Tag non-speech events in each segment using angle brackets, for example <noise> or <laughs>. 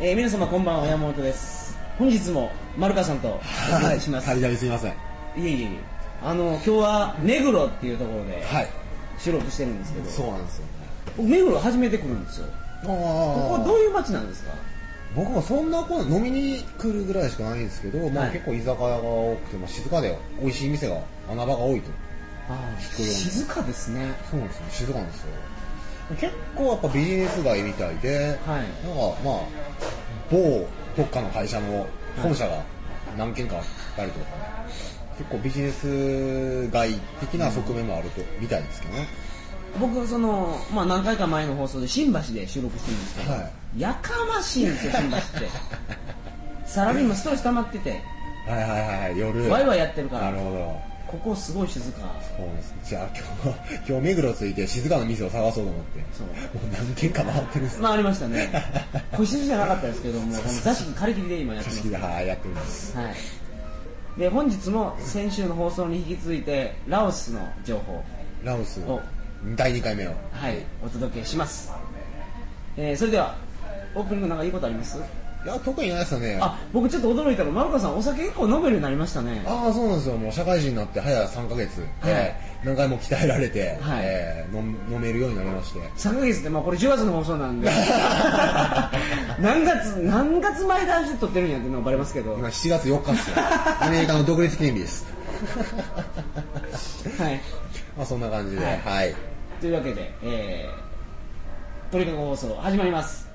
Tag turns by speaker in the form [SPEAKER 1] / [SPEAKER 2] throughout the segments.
[SPEAKER 1] えー皆様こんばんは山本です本日も丸川さんとお願いします、、
[SPEAKER 2] はいい、旅々すみません。
[SPEAKER 1] えいえいえあの今日は目黒っていうところで
[SPEAKER 2] はい。
[SPEAKER 1] 収録してるんですけど、
[SPEAKER 2] そうなんですよね。
[SPEAKER 1] 僕目黒初めて来るんですよここどういう街なんですか
[SPEAKER 2] 僕もそんなこと飲みに来るぐらいしかないんですけど、まあ
[SPEAKER 1] はい
[SPEAKER 2] 結構居酒屋が多くて、まあ、静かで美味しい店が穴場が多いと。
[SPEAKER 1] ああ
[SPEAKER 2] 聞くように
[SPEAKER 1] 静かですね
[SPEAKER 2] そうなんですよ、ね、静かなんですよ。結構やっぱビジネス街みたいで、
[SPEAKER 1] はい
[SPEAKER 2] なんかまあ、某どっかの会社の本社が何軒かあったりとかね、結構ビジネス街的な側面もあると、みたいですけどね。
[SPEAKER 1] 僕その、まあ、何回か前の放送で新橋で収録してるんですけど、
[SPEAKER 2] は
[SPEAKER 1] やかましいんですよ
[SPEAKER 2] <laughs>
[SPEAKER 1] 新橋ってサラリーマンストレス溜まってて
[SPEAKER 2] はいはいはいはい、夜。
[SPEAKER 1] ワイワイやってるから
[SPEAKER 2] なるほど。
[SPEAKER 1] ここすごい静か
[SPEAKER 2] そうですじゃあ今日は <laughs> 今日目黒ついて静かな店を探そうと思って
[SPEAKER 1] そう
[SPEAKER 2] もう何軒か回ってるんです
[SPEAKER 1] まあありました
[SPEAKER 2] <laughs>
[SPEAKER 1] ね個室じゃなかったですけどもこの座敷借り切りで今やって
[SPEAKER 2] 組
[SPEAKER 1] ます
[SPEAKER 2] 織ではいやってるんです
[SPEAKER 1] はいで本日も先週の放送に引き続いてラオスの情報
[SPEAKER 2] ラオス
[SPEAKER 1] お
[SPEAKER 2] 第2回目を
[SPEAKER 1] はいお届けします、えーそれではオープニングなんかいいことあります
[SPEAKER 2] いや特にないですよねあ
[SPEAKER 1] あ僕ちょっと驚いたの丸川さんお酒結構飲めるようになりましたね
[SPEAKER 2] あーそうなんですよもう社会人になって早3ヶ月、
[SPEAKER 1] はい
[SPEAKER 2] えー何回も鍛えられて、
[SPEAKER 1] はい
[SPEAKER 2] えー飲ん飲めるようになりまして
[SPEAKER 1] 3ヶ月って、まあ、これ10月の放送なんで <laughs> 何月何月前で足撮ってるんやっていうのがバレますけど、
[SPEAKER 2] 今7月4日ですよ <laughs> アメリカの独立記念日です
[SPEAKER 1] はい、
[SPEAKER 2] まあそんな感じで
[SPEAKER 1] は
[SPEAKER 2] はいい、
[SPEAKER 1] というわけで、えー、鳥かご放送始まります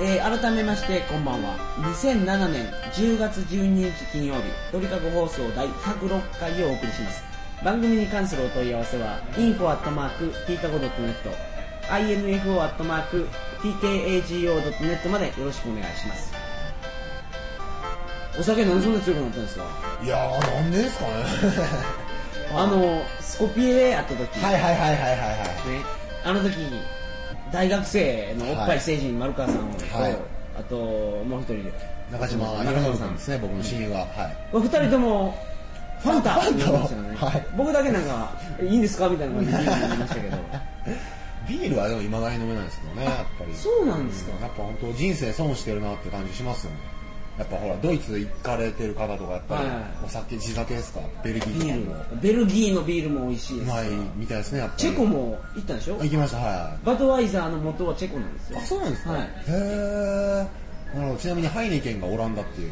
[SPEAKER 1] えー改めましてこんばんは2007年10月12日金曜日鳥かご放送第106回をお送りします番組に関するお問い合わせは info.tkago.net info.tkago.net までよろしくお願いしますお酒何でそんな強くなったんですか
[SPEAKER 2] いやーなんでですかね
[SPEAKER 1] あのスコピエで会った時、
[SPEAKER 2] <laughs> はいはいはいはいはいはい
[SPEAKER 1] ね、あの時大学生のおっぱい成人丸川さんと、
[SPEAKER 2] はい
[SPEAKER 1] あともう一人で
[SPEAKER 2] 中島
[SPEAKER 1] 中
[SPEAKER 2] 中
[SPEAKER 1] 島
[SPEAKER 2] 島
[SPEAKER 1] さ
[SPEAKER 2] さ
[SPEAKER 1] ん
[SPEAKER 2] んですね、僕の親友は、はい
[SPEAKER 1] お二人ともファンタ
[SPEAKER 2] ファンタを
[SPEAKER 1] って言いましたよね
[SPEAKER 2] はい
[SPEAKER 1] 僕だけなんかいいんですかみたいな感じで言いましたけど
[SPEAKER 2] ビールはでも今だに飲めないですけどね、やっぱり。
[SPEAKER 1] そうなんですか
[SPEAKER 2] やっぱ本当人生損してるなって感じしますよね。やっぱほら、ドイツ行かれてる方とか、やっぱ
[SPEAKER 1] はいはいはい
[SPEAKER 2] りお酒、地酒ですか、ベルギ
[SPEAKER 1] ビ
[SPEAKER 2] ーとかも
[SPEAKER 1] ー。ルベルギーのビールも美味しいうです
[SPEAKER 2] まいみたいですね、やっぱり。
[SPEAKER 1] チェコも行ったんでしょ
[SPEAKER 2] 行きました、は
[SPEAKER 1] バドワイザーの元はチェコなんです
[SPEAKER 2] い。
[SPEAKER 1] よ
[SPEAKER 2] あ、そうなんですか、
[SPEAKER 1] はい
[SPEAKER 2] へー。なるほど、ちなみにハイネケンがオランダっていう。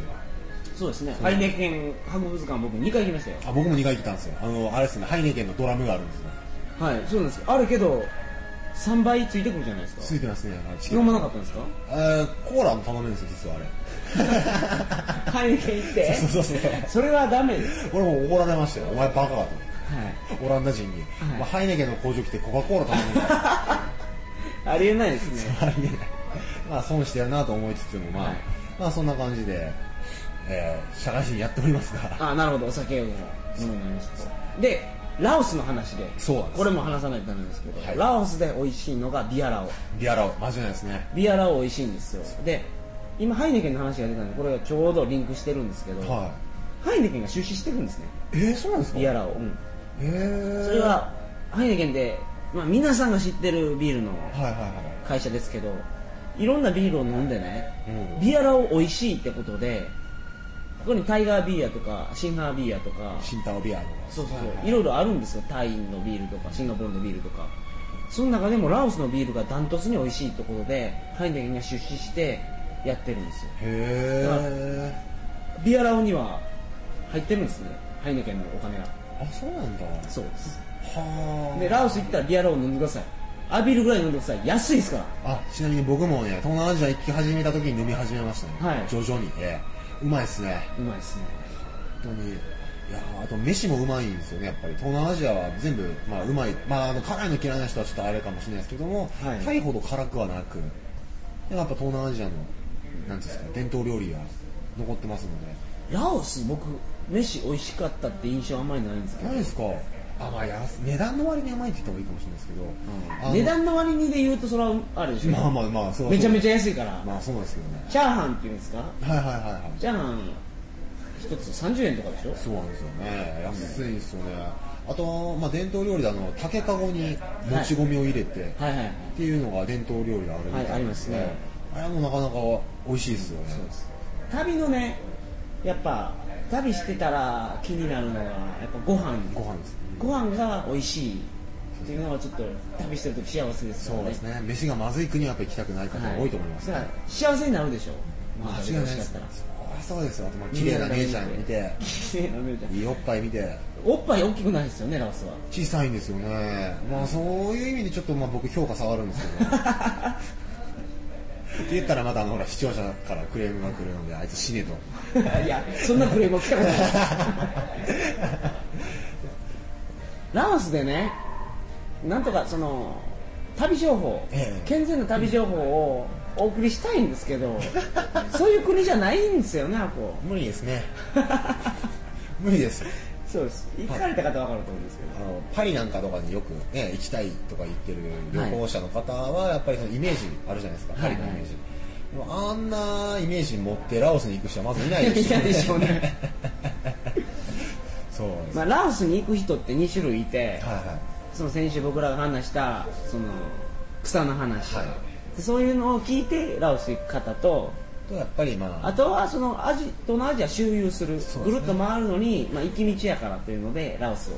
[SPEAKER 1] そうですねハイネケン博物館僕2回行きましたよ
[SPEAKER 2] あ、僕も2回来たんですよ。あの、あれですね、ハイネケンのドラムがあるんですね。
[SPEAKER 1] はいそうなんですあるけど3倍ついてくるじゃないですか
[SPEAKER 2] ついてますね、あのチケッ
[SPEAKER 1] 飲
[SPEAKER 2] ト
[SPEAKER 1] まなかったんですか
[SPEAKER 2] えー、コーラも頼めるんですよ、実はあれ。
[SPEAKER 1] ハイネケン行って
[SPEAKER 2] そうそうそうそう。
[SPEAKER 1] それはダメです
[SPEAKER 2] 俺も怒られましたよ、お前バカかと思って。
[SPEAKER 1] はい
[SPEAKER 2] オランダ人
[SPEAKER 1] は
[SPEAKER 2] に、
[SPEAKER 1] い
[SPEAKER 2] まあ、ハイネケンの工場来てコカ・コーラ
[SPEAKER 1] <laughs>
[SPEAKER 2] 頼むんだ
[SPEAKER 1] ありえないですね
[SPEAKER 2] ありえないまあ損してやるなと思いつつもまあ、
[SPEAKER 1] はい
[SPEAKER 2] まあそんな感じで、えー、社会人やっております
[SPEAKER 1] <laughs>
[SPEAKER 2] が
[SPEAKER 1] あなるほどお酒を飲みましたでラオスの話で
[SPEAKER 2] そうなんです
[SPEAKER 1] これも話さないとダメですけど、
[SPEAKER 2] はい
[SPEAKER 1] ラオスで美味しいのがビアラオ
[SPEAKER 2] ビアラオマジないですね
[SPEAKER 1] ビアラオ美味しいんですよで今ハイネケンの話が出たんでこれがちょうどリンクしてるんですけど、
[SPEAKER 2] は
[SPEAKER 1] ハイネケンが出資してるんですね
[SPEAKER 2] いえー、そうなんですか
[SPEAKER 1] ビアラオ、うん
[SPEAKER 2] えー、
[SPEAKER 1] それはハイネケンで、まあ、皆さんが知ってるビールの
[SPEAKER 2] はいはいは
[SPEAKER 1] 会社ですけどいろんなビールを飲んでね、
[SPEAKER 2] うん
[SPEAKER 1] ビアラオ美味しいってことでここにタイガービアとかシンハービアとか
[SPEAKER 2] いシンタオビアとか
[SPEAKER 1] そうそう
[SPEAKER 2] はいはい
[SPEAKER 1] そういろいろあるんですよタイのビールとかシンガポールのビールとかその中でもラオスのビールがダントツに美味しいところでハイネケンが出資してやってるんですよ
[SPEAKER 2] へ
[SPEAKER 1] ビアラオには入ってるんですねハイネケンのお金が
[SPEAKER 2] えあそうなんだ
[SPEAKER 1] そうです
[SPEAKER 2] はあ
[SPEAKER 1] でラオス行ったらビアラオ飲んでくださいアビールぐらい飲んでください安いですから
[SPEAKER 2] あちなみに僕もね東南アジア行き始めた時に飲み始めましたね、
[SPEAKER 1] はい
[SPEAKER 2] 徐々にえー、うまいっすね
[SPEAKER 1] うまいですね
[SPEAKER 2] 本当にいやーあと飯もうまいんですよねやっぱり東南アジアは全部まあうまいまああの辛いの嫌いな人はちょっとあれかもしれないですけども、
[SPEAKER 1] はい
[SPEAKER 2] タイほど辛くはなくでもやっぱ東南アジアのなんていうんですか伝統料理が残ってますので
[SPEAKER 1] ラオス僕飯美味しかったって印象あんまりないんですけど
[SPEAKER 2] 何ですかあまあ安値段の割に甘いって言ってもいいかもしれないですけど、あの
[SPEAKER 1] 値段の割にで言うとそれはあるでしょ、
[SPEAKER 2] まあまあまあそう
[SPEAKER 1] めちゃめち
[SPEAKER 2] ゃ
[SPEAKER 1] ゃ安いから、
[SPEAKER 2] まあそうなんですけどね
[SPEAKER 1] チャーハンっていうんですか
[SPEAKER 2] はいはいはいはい
[SPEAKER 1] チャーハン一つ30円とかでしょ
[SPEAKER 2] そうなんですよね安いですよねあと、まあ、伝統料理であの竹かごにもち米を入れて、っ
[SPEAKER 1] はいはいはい
[SPEAKER 2] ていうのが伝統料理があるみたい
[SPEAKER 1] はいありますね
[SPEAKER 2] あれもなかなか美味しいですよね
[SPEAKER 1] そうです旅のねやっぱ旅してたら気になるのがやっぱご飯
[SPEAKER 2] ご飯です
[SPEAKER 1] ご飯が美味しいっていうのはちょっと旅してると幸せですから
[SPEAKER 2] そう
[SPEAKER 1] ね
[SPEAKER 2] ですね飯がまずい国はやっぱ行きたくない方が多いと思います、
[SPEAKER 1] だから幸せになるでしょ
[SPEAKER 2] 間違いない
[SPEAKER 1] 美味し
[SPEAKER 2] で
[SPEAKER 1] かっ
[SPEAKER 2] す
[SPEAKER 1] たら
[SPEAKER 2] そうですよあとまあ綺麗な姉ちゃん見て
[SPEAKER 1] <laughs> 綺麗な姉ちゃん
[SPEAKER 2] いいおっぱい見て
[SPEAKER 1] おっぱい大きくないですよねラオスは
[SPEAKER 2] 小さいんですよねまあそういう意味でちょっとまあ僕評価下がるんです
[SPEAKER 1] <laughs>
[SPEAKER 2] けどって言ったらまたあのほら視聴者からクレームが来るのであいつ死ねと
[SPEAKER 1] <laughs> いやそんなクレーム来たことないです <laughs> ラオスでねなんとかその旅情報、
[SPEAKER 2] ええ
[SPEAKER 1] 健全な旅情報をお送りしたいんですけ <laughs> どそういう国じゃないんですよねあこ
[SPEAKER 2] 無理で
[SPEAKER 1] <laughs>
[SPEAKER 2] すね無理です
[SPEAKER 1] そうです行かれた方は分かると思うんですけど
[SPEAKER 2] あのパリなんかとかによく、ね、行きたいとか言ってる旅行者の方はやっぱりそのイメージあるじゃないですか、
[SPEAKER 1] はい
[SPEAKER 2] パリのイメージ、でもあんなイメージ持ってラオスに行く人はまずいない
[SPEAKER 1] <laughs>
[SPEAKER 2] で
[SPEAKER 1] い
[SPEAKER 2] しょ
[SPEAKER 1] やいないでしょうね
[SPEAKER 2] そうなんで
[SPEAKER 1] <laughs>
[SPEAKER 2] す、
[SPEAKER 1] まあ、ラオスに行く人って2種類いて、
[SPEAKER 2] はいはい
[SPEAKER 1] その先週僕らが話したその草の話、
[SPEAKER 2] はい
[SPEAKER 1] でそういうのを聞いてラオス行く方と
[SPEAKER 2] とやっぱりまあ
[SPEAKER 1] あとはそのアジ東南アジア周遊する
[SPEAKER 2] そうですね
[SPEAKER 1] ぐるっと回るのに、まあ、行き道やからというのでラオスを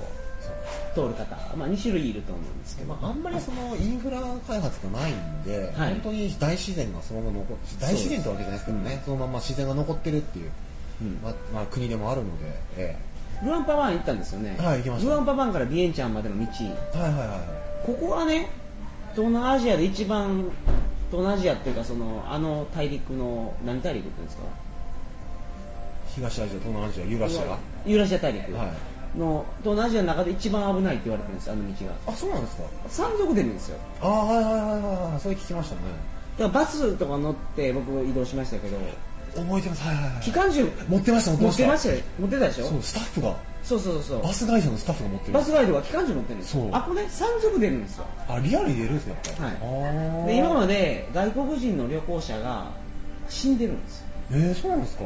[SPEAKER 1] 通る方、まあ、2種類いると思うんですけど
[SPEAKER 2] まあ、あんまりそのインフラ開発がないんで、
[SPEAKER 1] はい
[SPEAKER 2] 本当に大自然がそのまま残っ大自然ってわけじゃないですけどね、そのまま自然が残ってるっていう、
[SPEAKER 1] うん
[SPEAKER 2] ままあ、国でもあるので、え
[SPEAKER 1] ルアンパバーン行ったんですよね、
[SPEAKER 2] はい行きました
[SPEAKER 1] ルアンパバーンからビエンチャンまでの道
[SPEAKER 2] えはいはいはいは
[SPEAKER 1] ここがね東南アジアで一番東南アジアっていうかそのあの大陸の何大陸っていうんですか
[SPEAKER 2] い東アジア東南アジアユーラシア
[SPEAKER 1] ユーラシア大陸
[SPEAKER 2] は
[SPEAKER 1] の東南アジアの中で一番危ないって言われてるんですあの道が
[SPEAKER 2] あそうなんですか
[SPEAKER 1] 山賊出るんですよ
[SPEAKER 2] ああはいはいはいはいそれ聞きましたね
[SPEAKER 1] だからバスとか乗って僕移動しましたけど
[SPEAKER 2] 覚えてますはいはいは
[SPEAKER 1] 機
[SPEAKER 2] い
[SPEAKER 1] 関銃
[SPEAKER 2] 持ってました持っ
[SPEAKER 1] 持
[SPEAKER 2] てま
[SPEAKER 1] っ
[SPEAKER 2] してた
[SPEAKER 1] ましたよ持ってたでしょ
[SPEAKER 2] そうスタッフが
[SPEAKER 1] そうそうそう
[SPEAKER 2] バス会社のスタッフが持ってる
[SPEAKER 1] バスガイドが機関銃持ってるんです
[SPEAKER 2] そ
[SPEAKER 1] よ
[SPEAKER 2] う
[SPEAKER 1] あこれ山賊出るんですよ
[SPEAKER 2] あリアルに出るんですねやっぱり、あー
[SPEAKER 1] で今まで外国人の旅行者が死んでるんですよ
[SPEAKER 2] えー、そうなんですか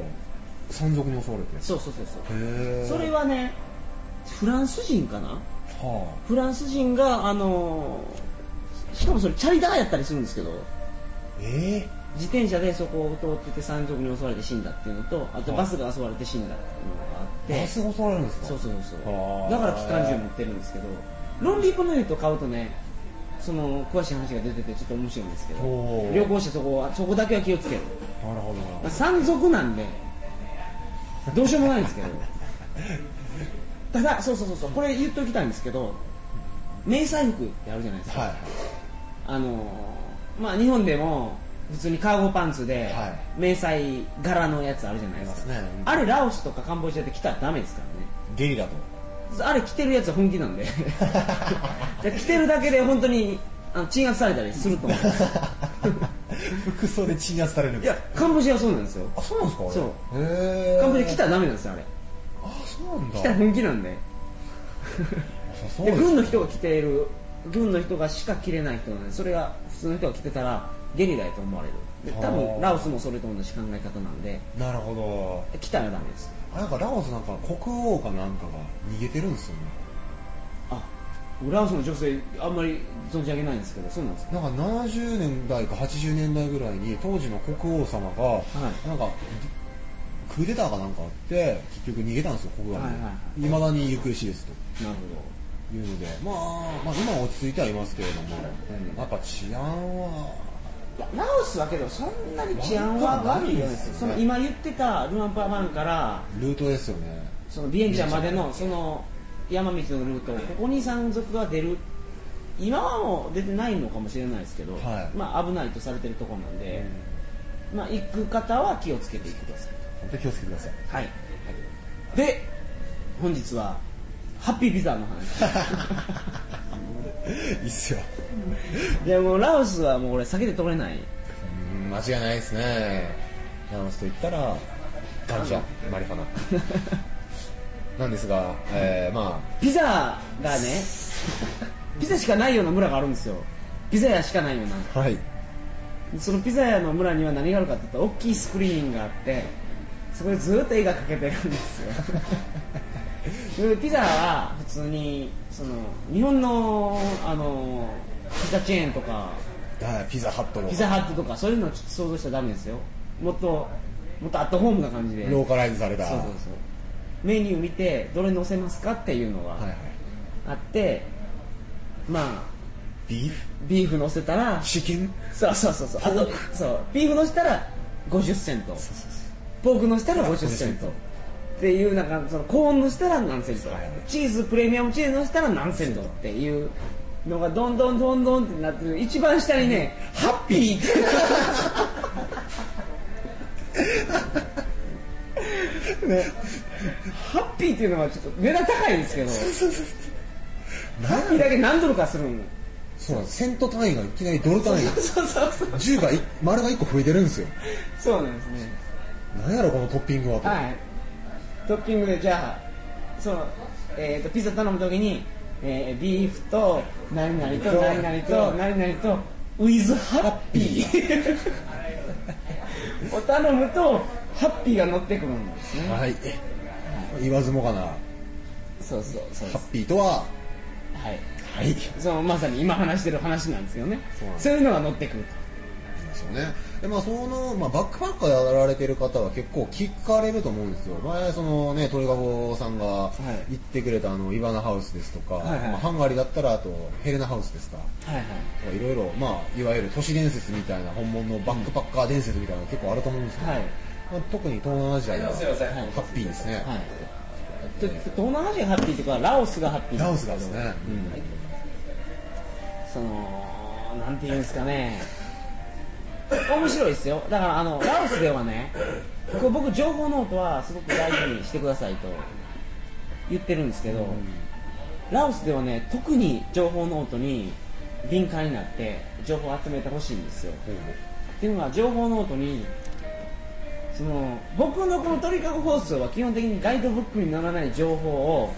[SPEAKER 2] 山賊に襲われてへ
[SPEAKER 1] そうそうそうそう
[SPEAKER 2] え
[SPEAKER 1] それはねフランス人かな
[SPEAKER 2] は
[SPEAKER 1] フランス人があのーしかもそれチャリダーやったりするんですけど
[SPEAKER 2] あええ
[SPEAKER 1] 自転車でそこを通ってて山賊に襲われて死んだっていうのとあと
[SPEAKER 2] はい
[SPEAKER 1] バスが襲われて死んだっていうのがあって
[SPEAKER 2] バスが襲われるんですか
[SPEAKER 1] そうそうそう
[SPEAKER 2] あ
[SPEAKER 1] そう
[SPEAKER 2] ー
[SPEAKER 1] だから機関銃持ってるんですけどロンリープネット買うとねその詳しい話が出ててちょっと面白いんですけど
[SPEAKER 2] おー
[SPEAKER 1] 旅行者そこはそこだけは気をつける、
[SPEAKER 2] なるほど
[SPEAKER 1] まあ、山賊なんでどうしようもないんですけどただそうそうそうそうこれ言っておきたいんですけど迷彩服ってあるじゃないですか、
[SPEAKER 2] はい
[SPEAKER 1] あのーまあ日本でも普通にカーゴパンツで
[SPEAKER 2] は
[SPEAKER 1] 迷彩柄のやつあるじゃないですか、
[SPEAKER 2] ありますね
[SPEAKER 1] あれラオスとかカンボジアで着たらダメですからね
[SPEAKER 2] ゲ
[SPEAKER 1] <laughs>
[SPEAKER 2] リラと
[SPEAKER 1] あれ着てるやつは本気なん <laughs> でで着てるだけで本当にあの鎮圧されたりすると思うんです <laughs>
[SPEAKER 2] 服装で鎮圧される
[SPEAKER 1] いやカンボジアはそうなんですよ
[SPEAKER 2] あそうなんですかあれ
[SPEAKER 1] そう
[SPEAKER 2] へえ
[SPEAKER 1] カンボジア着たらダメなんですよあれ
[SPEAKER 2] あそうなんだ
[SPEAKER 1] 着たら本気なんで
[SPEAKER 2] あそう
[SPEAKER 1] で
[SPEAKER 2] です
[SPEAKER 1] 軍の人が着ている軍の人がしか着れない人なんでそれが普通の人が着てたらゲリラやと思われるで多
[SPEAKER 2] は
[SPEAKER 1] 分
[SPEAKER 2] あ
[SPEAKER 1] ラオスもそれと同じ考え方なんで
[SPEAKER 2] なるほど
[SPEAKER 1] 着たらダメです
[SPEAKER 2] あなんかラオスなんか国王かなんかが逃げてるんですよね
[SPEAKER 1] あラオスの女性あんまり存じ上げないんですけどそうなんですか
[SPEAKER 2] なんか70年代か80年代ぐらいに当時の国王様が、
[SPEAKER 1] い
[SPEAKER 2] なんかクーデターかなんかあって結局逃げたんですよ国外に、
[SPEAKER 1] はい
[SPEAKER 2] い
[SPEAKER 1] はいは
[SPEAKER 2] まだに行方知れずと
[SPEAKER 1] なる
[SPEAKER 2] いうので、まあ、まあ今は落ち着いてはいますけれども、
[SPEAKER 1] うん
[SPEAKER 2] やっぱ治安は
[SPEAKER 1] ほどいやラオスはけどそんなに治安は悪いよねその今言ってたルアンパバンから
[SPEAKER 2] ルートですよね
[SPEAKER 1] そのビエンチャンまでのその山道のルートここに山賊が出る今はもう出てないのかもしれないですけど、
[SPEAKER 2] はい
[SPEAKER 1] まあ危ないとされてるところなんで、まあ行く方は気をつけていってください
[SPEAKER 2] 本当に気をつけてください
[SPEAKER 1] は
[SPEAKER 2] <laughs>
[SPEAKER 1] い、で本日はハッピービザの話
[SPEAKER 2] いいっすよ
[SPEAKER 1] いやもうラオスはもう俺避けて通れない
[SPEAKER 2] うん間違いないです
[SPEAKER 1] <laughs>
[SPEAKER 2] ねラオスと言ったらガンジャマリファナなんですが、えー、まあ
[SPEAKER 1] ピザがねピザしかないような村があるんですよピザ屋しかないような
[SPEAKER 2] はい
[SPEAKER 1] そのピザ屋の村には何があるかって言ったら大きいスクリーンがあってそこでずっと絵が描けてるんですよでピザは普通にその日本のあのピザチェーンとか
[SPEAKER 2] あーピザハットの
[SPEAKER 1] ピザハットとかそういうのをちょっと想像しちゃダメですよもっともっとアットホームな感じで
[SPEAKER 2] ローカライズされた
[SPEAKER 1] そうそうそうメニュー見てどれ乗せますかっていうのが
[SPEAKER 2] はいはい
[SPEAKER 1] あって、まあ
[SPEAKER 2] ビーフ
[SPEAKER 1] ビーフ乗せたら
[SPEAKER 2] チキン
[SPEAKER 1] そうそうそうそうあとそうビーフ乗せたら50セントポーク乗せたら50セントっていうなんかそのコーン乗せたら何セント
[SPEAKER 2] はいはい
[SPEAKER 1] チーズプレミアムチーズ乗せたら何セントっていうのがどんどんどんどんってなってる一番下にねハッピーってハッピーっていうのはちょっと値段高いですけどハッピーだけ <laughs> 何ドルかするん
[SPEAKER 2] そうなんですセント単位がいきなりドル単位
[SPEAKER 1] そうそうそう
[SPEAKER 2] 10がい丸が1個増えてるんですよ
[SPEAKER 1] そうなんですね
[SPEAKER 2] なんやろこのトッピングはと、
[SPEAKER 1] はい、トッピングでじゃあその、えー、とピザ頼む時に、えービーフと何々と何々と何々とウィズハッピーを頼むとハッピーが乗ってくるんですね
[SPEAKER 2] はい言わずもがな
[SPEAKER 1] そうそうそう
[SPEAKER 2] ハッピーとは
[SPEAKER 1] はい
[SPEAKER 2] はい
[SPEAKER 1] そのまさに今話してる話なんですけどね
[SPEAKER 2] そうなんです
[SPEAKER 1] そういうのが乗ってくると
[SPEAKER 2] ですよね。で、まあ、その、まあ、バックパッカーやられてる方は結構聞かれると思うんですよ。前、そのね、トリガゴさんが
[SPEAKER 1] い
[SPEAKER 2] 行ってくれた、あの、イバナハウスですとか、
[SPEAKER 1] はいはい
[SPEAKER 2] まあ、ハンガリーだったら、あと、ヘレナハウスですか。
[SPEAKER 1] はいはい
[SPEAKER 2] とかいろいろ、まあ、いわゆる都市伝説みたいな、本物のバックパッカー伝説みたいなのが結構あると思うんですけど、
[SPEAKER 1] はい
[SPEAKER 2] まあ、特に東南アジアでは、
[SPEAKER 3] すいません
[SPEAKER 2] ハッピーですね。
[SPEAKER 1] はいとと東南アジアがハッピーとかラオスがハッピー
[SPEAKER 2] ラオスがですね、うん
[SPEAKER 1] そのなんていうんですかね面白いですよだからあのラオスではねこう僕情報ノートはすごく大事にしてくださいと言ってるんですけど、ラオスではね特に情報ノートに敏感になって情報を集めてほしいんですよっていうのは情報ノートにその僕のこの鳥かご放送は基本的にガイドブックに載らない情報を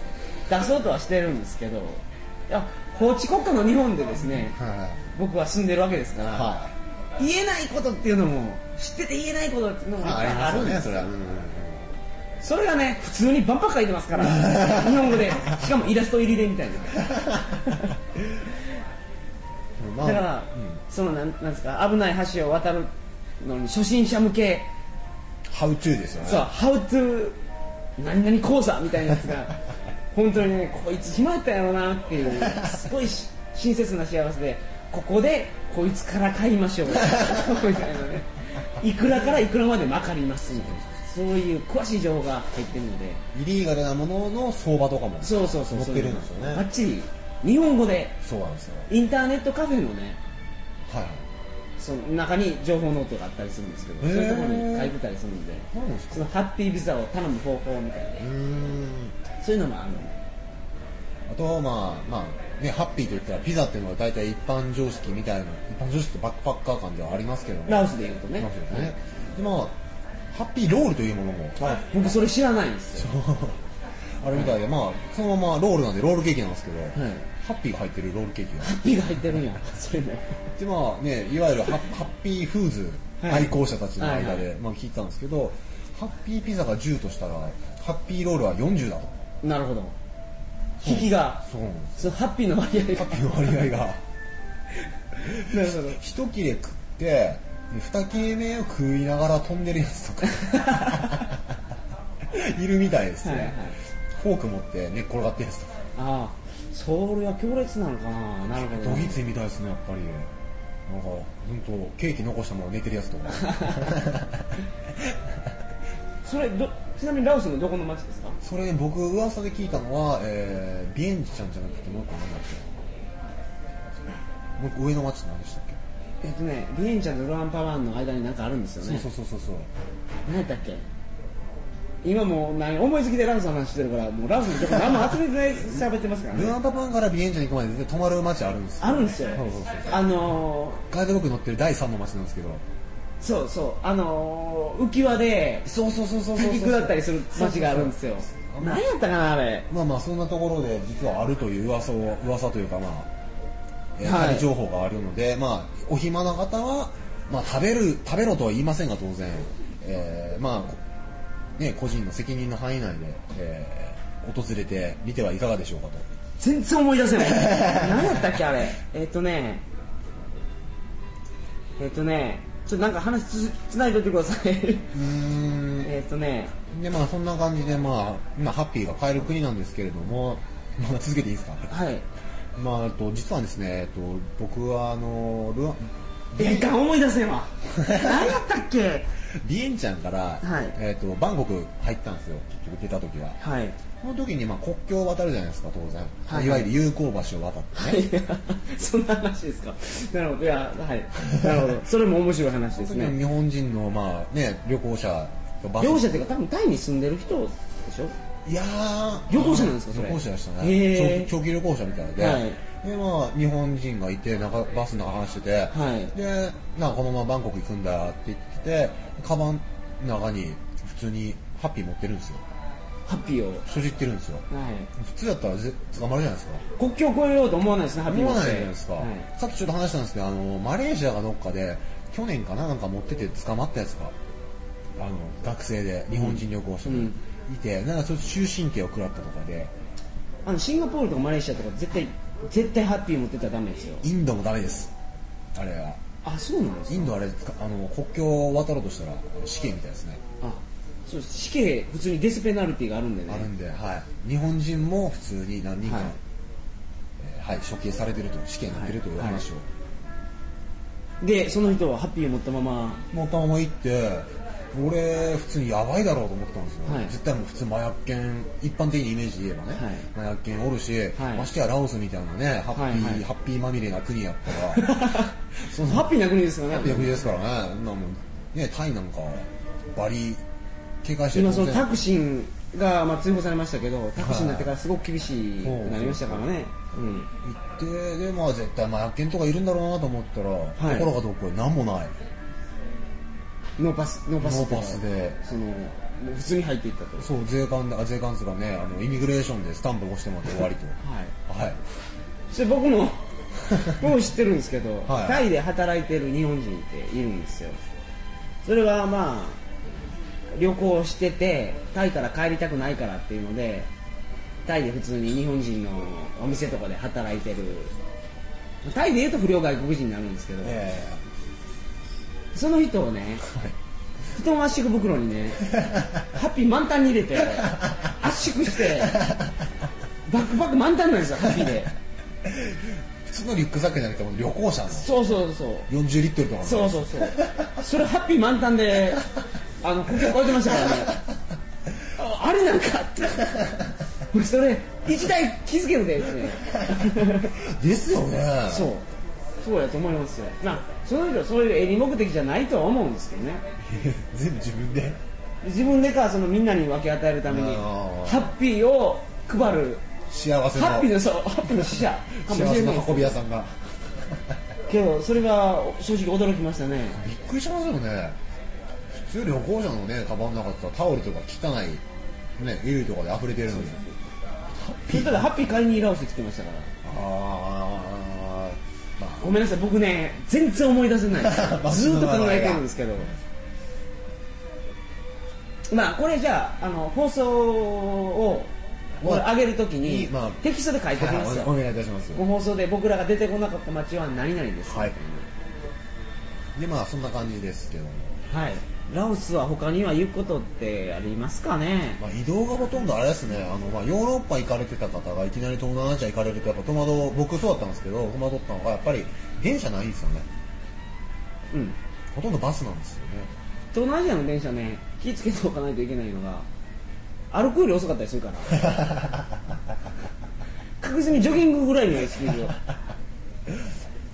[SPEAKER 1] 出そうとはしてるんですけどいや法治国家の日本でですね
[SPEAKER 2] は
[SPEAKER 1] 僕は住んでるわけですから、
[SPEAKER 2] い。は
[SPEAKER 1] 言えないことっていうのも知ってて言えないことっていうの
[SPEAKER 2] い。
[SPEAKER 1] も
[SPEAKER 2] まあ、
[SPEAKER 1] い
[SPEAKER 2] あ
[SPEAKER 1] っぱ
[SPEAKER 2] り
[SPEAKER 1] いあ
[SPEAKER 2] ます
[SPEAKER 1] る
[SPEAKER 2] よ
[SPEAKER 1] んです
[SPEAKER 2] ね、それは。うんうんうん
[SPEAKER 1] それがね普通にバンバン書いてますから
[SPEAKER 2] <laughs>
[SPEAKER 1] 日本語でしかもイラスト入りでみたいな
[SPEAKER 2] まあ
[SPEAKER 1] だから、
[SPEAKER 2] うん
[SPEAKER 1] そのなんなんですか危ない橋を渡るのに初心者向け、
[SPEAKER 2] ハウトゥーですよね。
[SPEAKER 1] そう、How to 何々講座みたいなやつ
[SPEAKER 2] <laughs>
[SPEAKER 1] が本当にねこいつ暇やったんやろなっていうすごいし親切な幸せでここでこいつから買いま
[SPEAKER 2] <laughs>
[SPEAKER 1] しょうみたいなねいくらからいくらまでまかりますみたいなそういう詳しい情報が入ってるので
[SPEAKER 2] イリーガルなものの相場とかも
[SPEAKER 1] そうそうそう
[SPEAKER 2] 載ってるんですよ
[SPEAKER 1] バッ
[SPEAKER 2] ね
[SPEAKER 1] チリ日本語で
[SPEAKER 2] そうなんですよ
[SPEAKER 1] インターネットカフェのね
[SPEAKER 2] はいは
[SPEAKER 1] その中に情報ノートがあったりするんですけどそう
[SPEAKER 2] へー
[SPEAKER 1] いうところに書いてたりするんで
[SPEAKER 2] いなんです
[SPEAKER 1] そのハッピービザを頼む方法みたいな
[SPEAKER 2] うーん
[SPEAKER 1] そういうのもあるので
[SPEAKER 2] あとはまあまあねハッピーといったらピザっていうのは大体一般常識みたいな一般常識とバックパッカー感ではありますけども
[SPEAKER 1] ラオスで言うとね
[SPEAKER 2] ありますよねでまあハッピーロールというものも、
[SPEAKER 1] 僕それ知らないんですよ
[SPEAKER 2] あれみたいでまあそのままロールなんでロールケーキなんですけど、
[SPEAKER 1] い
[SPEAKER 2] ハッピーが入ってるロールケーキが
[SPEAKER 1] ハッピーが入ってるんやそれも
[SPEAKER 2] でまあね、いわゆるハハッピーフーズ
[SPEAKER 1] はい
[SPEAKER 2] 愛好者たちの間
[SPEAKER 1] はい
[SPEAKER 2] で、まあ、聞いたんですけど、ハッピーピザが10としたら、ハッピーロールは40だと。
[SPEAKER 1] なるほど引きが
[SPEAKER 2] そうなんです。
[SPEAKER 1] そのハッピーの割合
[SPEAKER 2] ハ
[SPEAKER 1] が
[SPEAKER 2] ッピーの割
[SPEAKER 1] <laughs>
[SPEAKER 2] 合が。
[SPEAKER 1] なるほど
[SPEAKER 2] 一切れ食って、で二切れ目を食いながら飛んでるや
[SPEAKER 1] <laughs>
[SPEAKER 2] つとか、いるみたいですね。
[SPEAKER 1] はいはい
[SPEAKER 2] フォーク持って寝っ転がってるやつとか。
[SPEAKER 1] ああそれは強烈なのかななるほど
[SPEAKER 2] ドギツイみたいですね、やっぱり。なんか、ほんと、ケーキ残したまま寝てるやつとか。
[SPEAKER 1] それどちなみにラオスのどこの町ですか
[SPEAKER 2] それ僕噂で聞いたのは、えー、ビエンチャンじゃなくてもう一個何だっけもう一個上の町何でしたっけ、
[SPEAKER 1] えっとねビエンチャンとルアンパワンの間になんかあるんですよね
[SPEAKER 2] そうそうそうそう
[SPEAKER 1] 何やったっけ今もう何思いつきでラオスの話してるからもうラオスのとこ何も集めてない喋ってますから
[SPEAKER 2] ルア
[SPEAKER 1] ね
[SPEAKER 2] ンパパンからビエンチャン行くまで全然泊まる町あるんですよ
[SPEAKER 1] あるんですよ
[SPEAKER 2] そうそうそう
[SPEAKER 1] あのー
[SPEAKER 2] ガイドブックに載ってる第3の町なんですけど
[SPEAKER 1] そうそうあのー浮き輪で
[SPEAKER 2] そうそうそうそう
[SPEAKER 1] 滝下ったりする街があるんですよ
[SPEAKER 2] あんま
[SPEAKER 1] 何やったかなあれ
[SPEAKER 2] まあまあそんなところで実はあるという噂を噂というかまあ、えー
[SPEAKER 1] はい
[SPEAKER 2] 仮情報があるのでまあお暇な方はまあ食べる食べろとは言いませんが当然、えーまあこね個人の責任の範囲内で、えー訪れてみてはいかがでしょうかと
[SPEAKER 1] 全然思い出せない <laughs> 何やったっけあれえっ、とねえっ、とねちょっとなんか話つつないでいてください <laughs> えっとね
[SPEAKER 2] でまあそんな感じでまあ今ハッピーが帰る国なんですけれどもまあ続けていいですか
[SPEAKER 1] はい
[SPEAKER 2] まああと実はですね、えっと、僕はあのルアン
[SPEAKER 1] えか思い出せんわ何やったっけ
[SPEAKER 2] ビエンチャンから、
[SPEAKER 1] はい
[SPEAKER 2] えー、とバンコク入ったんですよ結局出た時は
[SPEAKER 1] はい
[SPEAKER 2] その時にまあ国境を渡るじゃないですか当然、
[SPEAKER 1] はい
[SPEAKER 2] い、わゆる友好橋を渡ってね
[SPEAKER 1] いや <laughs> そんな話ですかなるほどいやはいなるほどそれも面白い話で
[SPEAKER 2] そ
[SPEAKER 1] す
[SPEAKER 2] の
[SPEAKER 1] <laughs>
[SPEAKER 2] 時の
[SPEAKER 1] ね
[SPEAKER 2] 日本人のまあね旅行者がバス
[SPEAKER 1] 両者っていうか多分タイに住んでる人でしょ
[SPEAKER 2] いやー
[SPEAKER 1] 旅行者なんですかそれ
[SPEAKER 2] 旅行者でした
[SPEAKER 1] へー
[SPEAKER 2] ね長長期旅行者みたいで、
[SPEAKER 1] はい
[SPEAKER 2] でまあ日本人がいてなんかバスの中話してて、
[SPEAKER 1] はい
[SPEAKER 2] でなんかこのままバンコク行くんだって言っててカバンの中に普通にハッピー持ってるんですよ
[SPEAKER 1] ハッピーを
[SPEAKER 2] 所持ってるんですよ
[SPEAKER 1] はい
[SPEAKER 2] 普通だったらぜ捕まるじゃないですか
[SPEAKER 1] 国境を越えようと思わないですねハッピー
[SPEAKER 2] 思
[SPEAKER 1] も
[SPEAKER 2] わない
[SPEAKER 1] して
[SPEAKER 2] じゃないですか、
[SPEAKER 1] はい
[SPEAKER 2] さっきちょっと話したんですけどあのマレーシアがどっかで去年かななんか持ってて捕まったやつかあの学生で日本人旅行者で、
[SPEAKER 1] うん
[SPEAKER 2] いてなんかちょっと終身刑を食らったとかで
[SPEAKER 1] あのシンガポールとかマレーシアとか絶対絶対ハッピー持ってたらダメですよ
[SPEAKER 2] インドもダメですあれは
[SPEAKER 1] あそうなんです
[SPEAKER 2] イ
[SPEAKER 1] か
[SPEAKER 2] ンドあれつかあの国境を渡ろうとしたら死刑みたいですね
[SPEAKER 1] あそうです死刑普通にデスペナルティがあるんでね
[SPEAKER 2] あるんで、はい、日本人も普通に何人か、
[SPEAKER 1] はい
[SPEAKER 2] えーはい、処刑されてると死刑になってるという
[SPEAKER 1] はい
[SPEAKER 2] 話を、
[SPEAKER 1] でその人はハッピー持ったまま
[SPEAKER 2] もうたま行って俺普通にやばいだろうと思ってたんですよ、
[SPEAKER 1] はい
[SPEAKER 2] 絶対もう普通麻薬犬一般的にイメージで言えばね、
[SPEAKER 1] はい
[SPEAKER 2] 麻薬犬おるし、
[SPEAKER 1] はい
[SPEAKER 2] ましてやラオスみたいなねハッピー、
[SPEAKER 1] はいはい
[SPEAKER 2] ハッピーまみれな国やっ
[SPEAKER 1] <laughs>
[SPEAKER 2] たらそんな
[SPEAKER 1] ハッピーな国ですよね
[SPEAKER 2] ハッピーな国ですからねそんなもんねタイなんかバリ警戒して
[SPEAKER 1] 今そ
[SPEAKER 2] 当
[SPEAKER 1] の
[SPEAKER 2] 然
[SPEAKER 1] タクシンが、まあ、追放されましたけどタクシンになってからすごく厳しくなりましたからね、うん、
[SPEAKER 2] 行ってでまあ絶対麻薬犬とかいるんだろうなと思ったら、
[SPEAKER 1] い
[SPEAKER 2] ところがどっこい何もない
[SPEAKER 1] ノーパスノーパス
[SPEAKER 2] ノ
[SPEAKER 1] って
[SPEAKER 2] ーパスで
[SPEAKER 1] そのもう普通に入っていったと
[SPEAKER 2] そう税関であ税関っつうかねあのイミグレーションでスタンプ押してもらって終わりと
[SPEAKER 1] はい
[SPEAKER 2] はい
[SPEAKER 1] それ僕
[SPEAKER 2] <laughs>
[SPEAKER 1] も僕も知ってるんですけど、
[SPEAKER 2] はい
[SPEAKER 1] タイで働いてる日本人っているんですよそれはまあ旅行しててタイから帰りたくないからっていうのでタイで普通に日本人のお店とかで働いてるタイでいうと不良外国人になるんですけど、
[SPEAKER 2] ええ
[SPEAKER 1] その人をね
[SPEAKER 2] はい
[SPEAKER 1] 布団圧縮袋に
[SPEAKER 2] <laughs>
[SPEAKER 1] ねハッピー満タンに入れて圧縮してバックパック満タンなんですよハッピー
[SPEAKER 2] <laughs>
[SPEAKER 1] で
[SPEAKER 2] 普通のリュックサックじゃなくてもう旅行者の
[SPEAKER 1] そうそうそう
[SPEAKER 2] 40リットルとかの
[SPEAKER 1] そうそうそうそれハッピー満タンであの国境越えてましたからねああれなんかって俺それ一台気づけるでってね
[SPEAKER 2] ですよね
[SPEAKER 1] そうそうやと思いますよまあその人はそういう営利目的じゃないとは思うんですけどね
[SPEAKER 2] <laughs> 全部自分で
[SPEAKER 1] 自分でかそのみんなに分け与えるために
[SPEAKER 2] あー
[SPEAKER 1] ハッピーを配る
[SPEAKER 2] 幸せの
[SPEAKER 1] ハッピーのそうハッピーの使者かもし
[SPEAKER 2] 幸
[SPEAKER 1] れ
[SPEAKER 2] せ
[SPEAKER 1] ない
[SPEAKER 2] の運び屋さんが
[SPEAKER 1] けどそれが正直驚きましたね
[SPEAKER 2] びっくりしますよね普通旅行者のねカバンの中ってタオルとか汚いね衣類とかで溢れてるのに
[SPEAKER 1] そしたらハッピー買いにラオス来てましたから
[SPEAKER 2] ああまあ
[SPEAKER 1] ごめんなさい僕ね全然思い出せ
[SPEAKER 2] <laughs>
[SPEAKER 1] ないで
[SPEAKER 2] まあ
[SPEAKER 1] すずーっと考えてるんですけどまあこれじゃああの放送をこれ上げるときに、
[SPEAKER 2] まあ
[SPEAKER 1] テキストで書いておきますよ、
[SPEAKER 2] はいお願いいたします
[SPEAKER 1] ご放送で僕らが出てこなかった街は何々です、
[SPEAKER 2] はいでまあそんな感じですけども、
[SPEAKER 1] はいラオスは他には言うことってありますかね
[SPEAKER 2] まあ、移動がほとんどあれですねあの、まあ、ヨーロッパ行かれてた方がいきなり東南アジア行かれるとやっぱ戸惑う僕そうだったんですけど戸惑ったのがやっぱり電車ないんですよね
[SPEAKER 1] うん
[SPEAKER 2] ほとんどバスなんですよね
[SPEAKER 1] 東南アジアの電車ね気ぃつけておかないといけないのが歩くより遅かったりするから
[SPEAKER 2] <laughs>
[SPEAKER 1] 確実にジョギングぐらいのスピード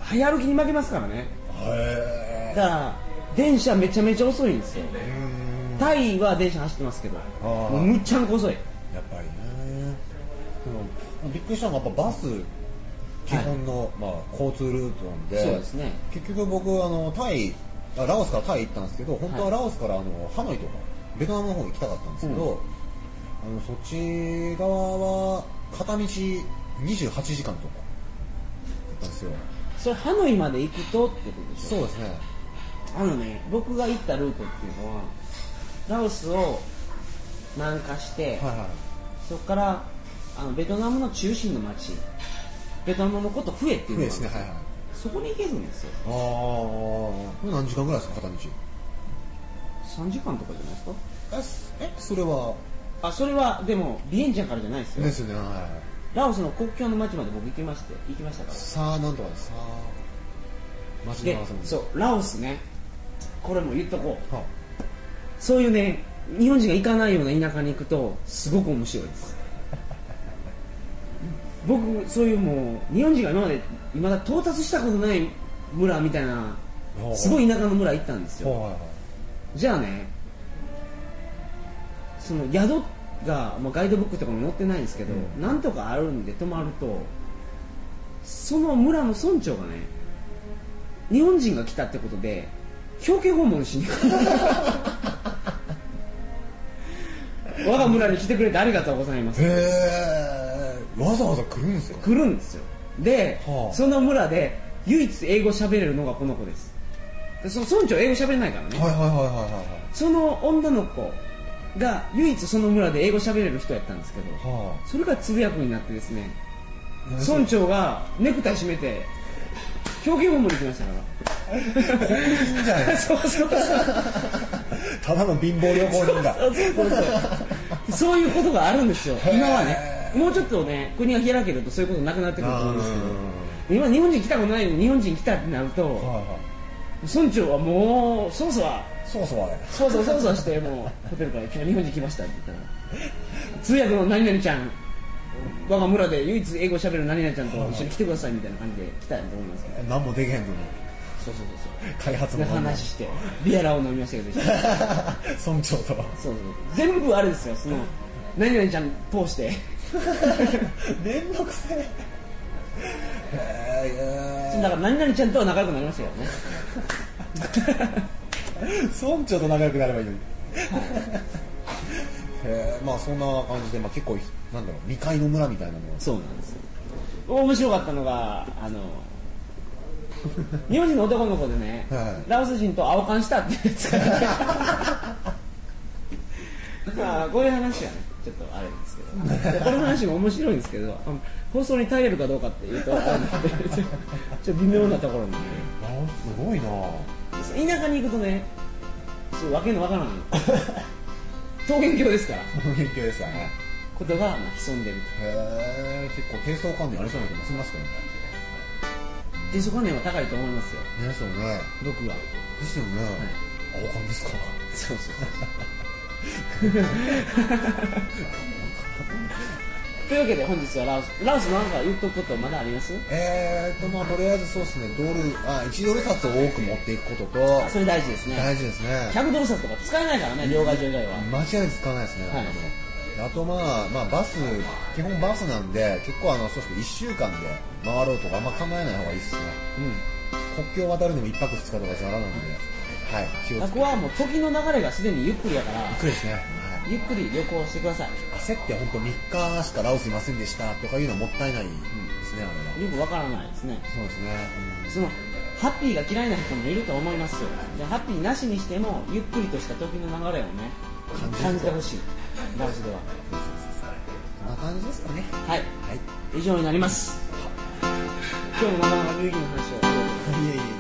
[SPEAKER 1] 早歩きに負けますからねだ
[SPEAKER 2] へ
[SPEAKER 1] から電車めちゃめちゃ遅いんですよ
[SPEAKER 2] えうーん
[SPEAKER 1] タイは電車走ってますけど
[SPEAKER 2] ー
[SPEAKER 1] もうむっちゃんこ遅い
[SPEAKER 2] やっぱりねでもびっくりしたのがやっぱバス基本の、まあ、交通ルートなんで
[SPEAKER 1] そうですね
[SPEAKER 2] 結局僕あのタイあラオスからタイ行ったんですけど本当ははいラオスからあのハノイとかベトナムの方に行きたかったんですけど、あのそっち側は片道28時間とかだったんですよ
[SPEAKER 1] それハノイまで行くとってことでしょ
[SPEAKER 2] そうですね
[SPEAKER 1] あのね僕が行ったルートっていうのはラオスを南下して、
[SPEAKER 2] はいは
[SPEAKER 1] そこからあのベトナムの中心の町ベトナムのことフエって
[SPEAKER 2] い
[SPEAKER 1] いう
[SPEAKER 2] 上
[SPEAKER 1] の
[SPEAKER 2] で
[SPEAKER 1] があ
[SPEAKER 2] す
[SPEAKER 1] る
[SPEAKER 2] ねはいはい
[SPEAKER 1] そこに行けるんですよ
[SPEAKER 2] ああこれ何時間ぐらいですか片道
[SPEAKER 1] 3時間とかじゃないですか
[SPEAKER 2] えすえそれは
[SPEAKER 1] あそれはでもビエンチャンからじゃないですよ、
[SPEAKER 2] ですよねは
[SPEAKER 1] ラオスの国境の町まで僕行きまして行きましたか
[SPEAKER 2] い
[SPEAKER 1] ら
[SPEAKER 2] さあなんとかですさあ町
[SPEAKER 1] で
[SPEAKER 2] の合わせも
[SPEAKER 1] そうラオスねこれも言っとこう
[SPEAKER 2] は
[SPEAKER 1] そういうね日本人が行かないような田舎に行くとすごく面白いです <laughs> 僕そういうもう日本人が今までいまだ到達したことない村みたいな
[SPEAKER 2] ほう
[SPEAKER 1] すごい田舎の村行ったんです
[SPEAKER 2] あは
[SPEAKER 1] よ
[SPEAKER 2] いはいはい
[SPEAKER 1] じゃあねその宿が、まあ、ガイドブックとかも載ってないんですけど、
[SPEAKER 2] うん
[SPEAKER 1] なんとかあるんで泊まるとその村の村長がね日本人が来たってことで表敬訪問しに来
[SPEAKER 2] <laughs>
[SPEAKER 1] る我が村に来てくれてありがとうございます
[SPEAKER 2] へえわざわざ来るんですか
[SPEAKER 1] 来るんですよで、
[SPEAKER 2] はあ
[SPEAKER 1] その村で唯一英語喋れるのがこの子ですでその村長英語喋れないからね、
[SPEAKER 2] はいはいはいはいはい
[SPEAKER 1] その女の子が唯一その村で英語喋れる人やったんですけど
[SPEAKER 2] はいは
[SPEAKER 1] それがつぶやくになってですね
[SPEAKER 2] あなんか
[SPEAKER 1] 村長がネクタイ締めて表現訪問に来ましたか
[SPEAKER 2] いいんじゃない
[SPEAKER 1] らそうそうそう
[SPEAKER 2] ただの貧乏旅行人だ
[SPEAKER 1] そうそうそうそういうことがあるんですよ
[SPEAKER 2] ー
[SPEAKER 1] 今はねもうちょっとね国が開けるとそういうことなくなってくると思うんですけ
[SPEAKER 2] うんうん
[SPEAKER 1] ど今日本人来たことないのに日本人来たってなる
[SPEAKER 2] はい
[SPEAKER 1] と
[SPEAKER 2] は
[SPEAKER 1] 村長はもうそろそろ
[SPEAKER 2] いそうそうあれ
[SPEAKER 1] そうそうそうそうしてもうホテルから今日日本人来ましたって言ったら通訳の何々ちゃん我が村で唯一英語喋る何々ちゃんと一緒に来てくださいみたいな感じで来たと思いますけど
[SPEAKER 2] 何もできへんのに
[SPEAKER 1] そうそうそう
[SPEAKER 2] 開発
[SPEAKER 1] そうで
[SPEAKER 2] も <laughs>
[SPEAKER 1] 話してビアラを飲みましたけ <laughs> ど一緒に
[SPEAKER 2] 村長と
[SPEAKER 1] そうそう全部あれですよその何々ちゃん通して
[SPEAKER 2] めんどくせえへ
[SPEAKER 1] だから何々ちゃんとは仲良くなりましたけどね
[SPEAKER 2] え村長と仲良くなればいいのにへえまあそんな感じで、まあ、結構なんだろう未開の村みたいなのが
[SPEAKER 1] そうなんですよ面白かったのがあ
[SPEAKER 2] <laughs>
[SPEAKER 1] の日本人の男の子でね、
[SPEAKER 2] はい
[SPEAKER 1] ラオス人と青缶したってやつ
[SPEAKER 2] <laughs>
[SPEAKER 1] がいてまあこういう話はねちょっとあれですけどこの話も面白いんですけどあの放送に耐えるかどうかっていうとあれなんでちょ <laughs> っと微妙なところにね
[SPEAKER 2] あすごいな <laughs>
[SPEAKER 1] 田舎に行くとねそうわけのわからん桃源郷ですから
[SPEAKER 2] 勉強ですね
[SPEAKER 1] ことがまあ潜んでると。
[SPEAKER 2] へえ結構低層観念ありそうな気もしますけどね
[SPEAKER 1] でそこはね高いと思いますよ
[SPEAKER 2] ですよね
[SPEAKER 1] 僕は
[SPEAKER 2] ですよね、あお金ですか
[SPEAKER 1] そうそうそう <laughs> というわけで本日はラオスラオスなんか言っとくことまだあります
[SPEAKER 2] えーっとまあとりあえずそうですねドルあ1ドル札を多く持っていくことと
[SPEAKER 1] あそれ大事ですね
[SPEAKER 2] 大事ですね
[SPEAKER 1] 100ドル札とか使えないからね両替所以外は
[SPEAKER 2] 間違いなく使わないですね、
[SPEAKER 1] はい
[SPEAKER 2] あとまあ、まあ、バス基本バスなんで結構あのそうですね1週間で回ろうとかあんま考えない方がいいですね国境渡るのも1泊2日とかざらなんではい気
[SPEAKER 1] うん
[SPEAKER 2] を
[SPEAKER 1] 僕
[SPEAKER 2] つけて
[SPEAKER 1] はもう時の流れがすでにゆっくりやから
[SPEAKER 2] びっくりですね、はい
[SPEAKER 1] ゆっくり旅行してください
[SPEAKER 2] 焦って本当3日しかラオスいませんでしたとかいうのはもったいないですね、あれは
[SPEAKER 1] よくわからないですね
[SPEAKER 2] そうですね、
[SPEAKER 1] そのハッピーが嫌いな人もいると思いますよじゃあハッピーなしにしてもゆっくりとした時の流れをね
[SPEAKER 2] 感じる
[SPEAKER 1] 感じてほしいラオスでは
[SPEAKER 2] こんな感じですかね
[SPEAKER 1] はい
[SPEAKER 2] はい
[SPEAKER 1] 以上になります今日もなかなか有意義な話をありがとうございます
[SPEAKER 2] いえいえいえ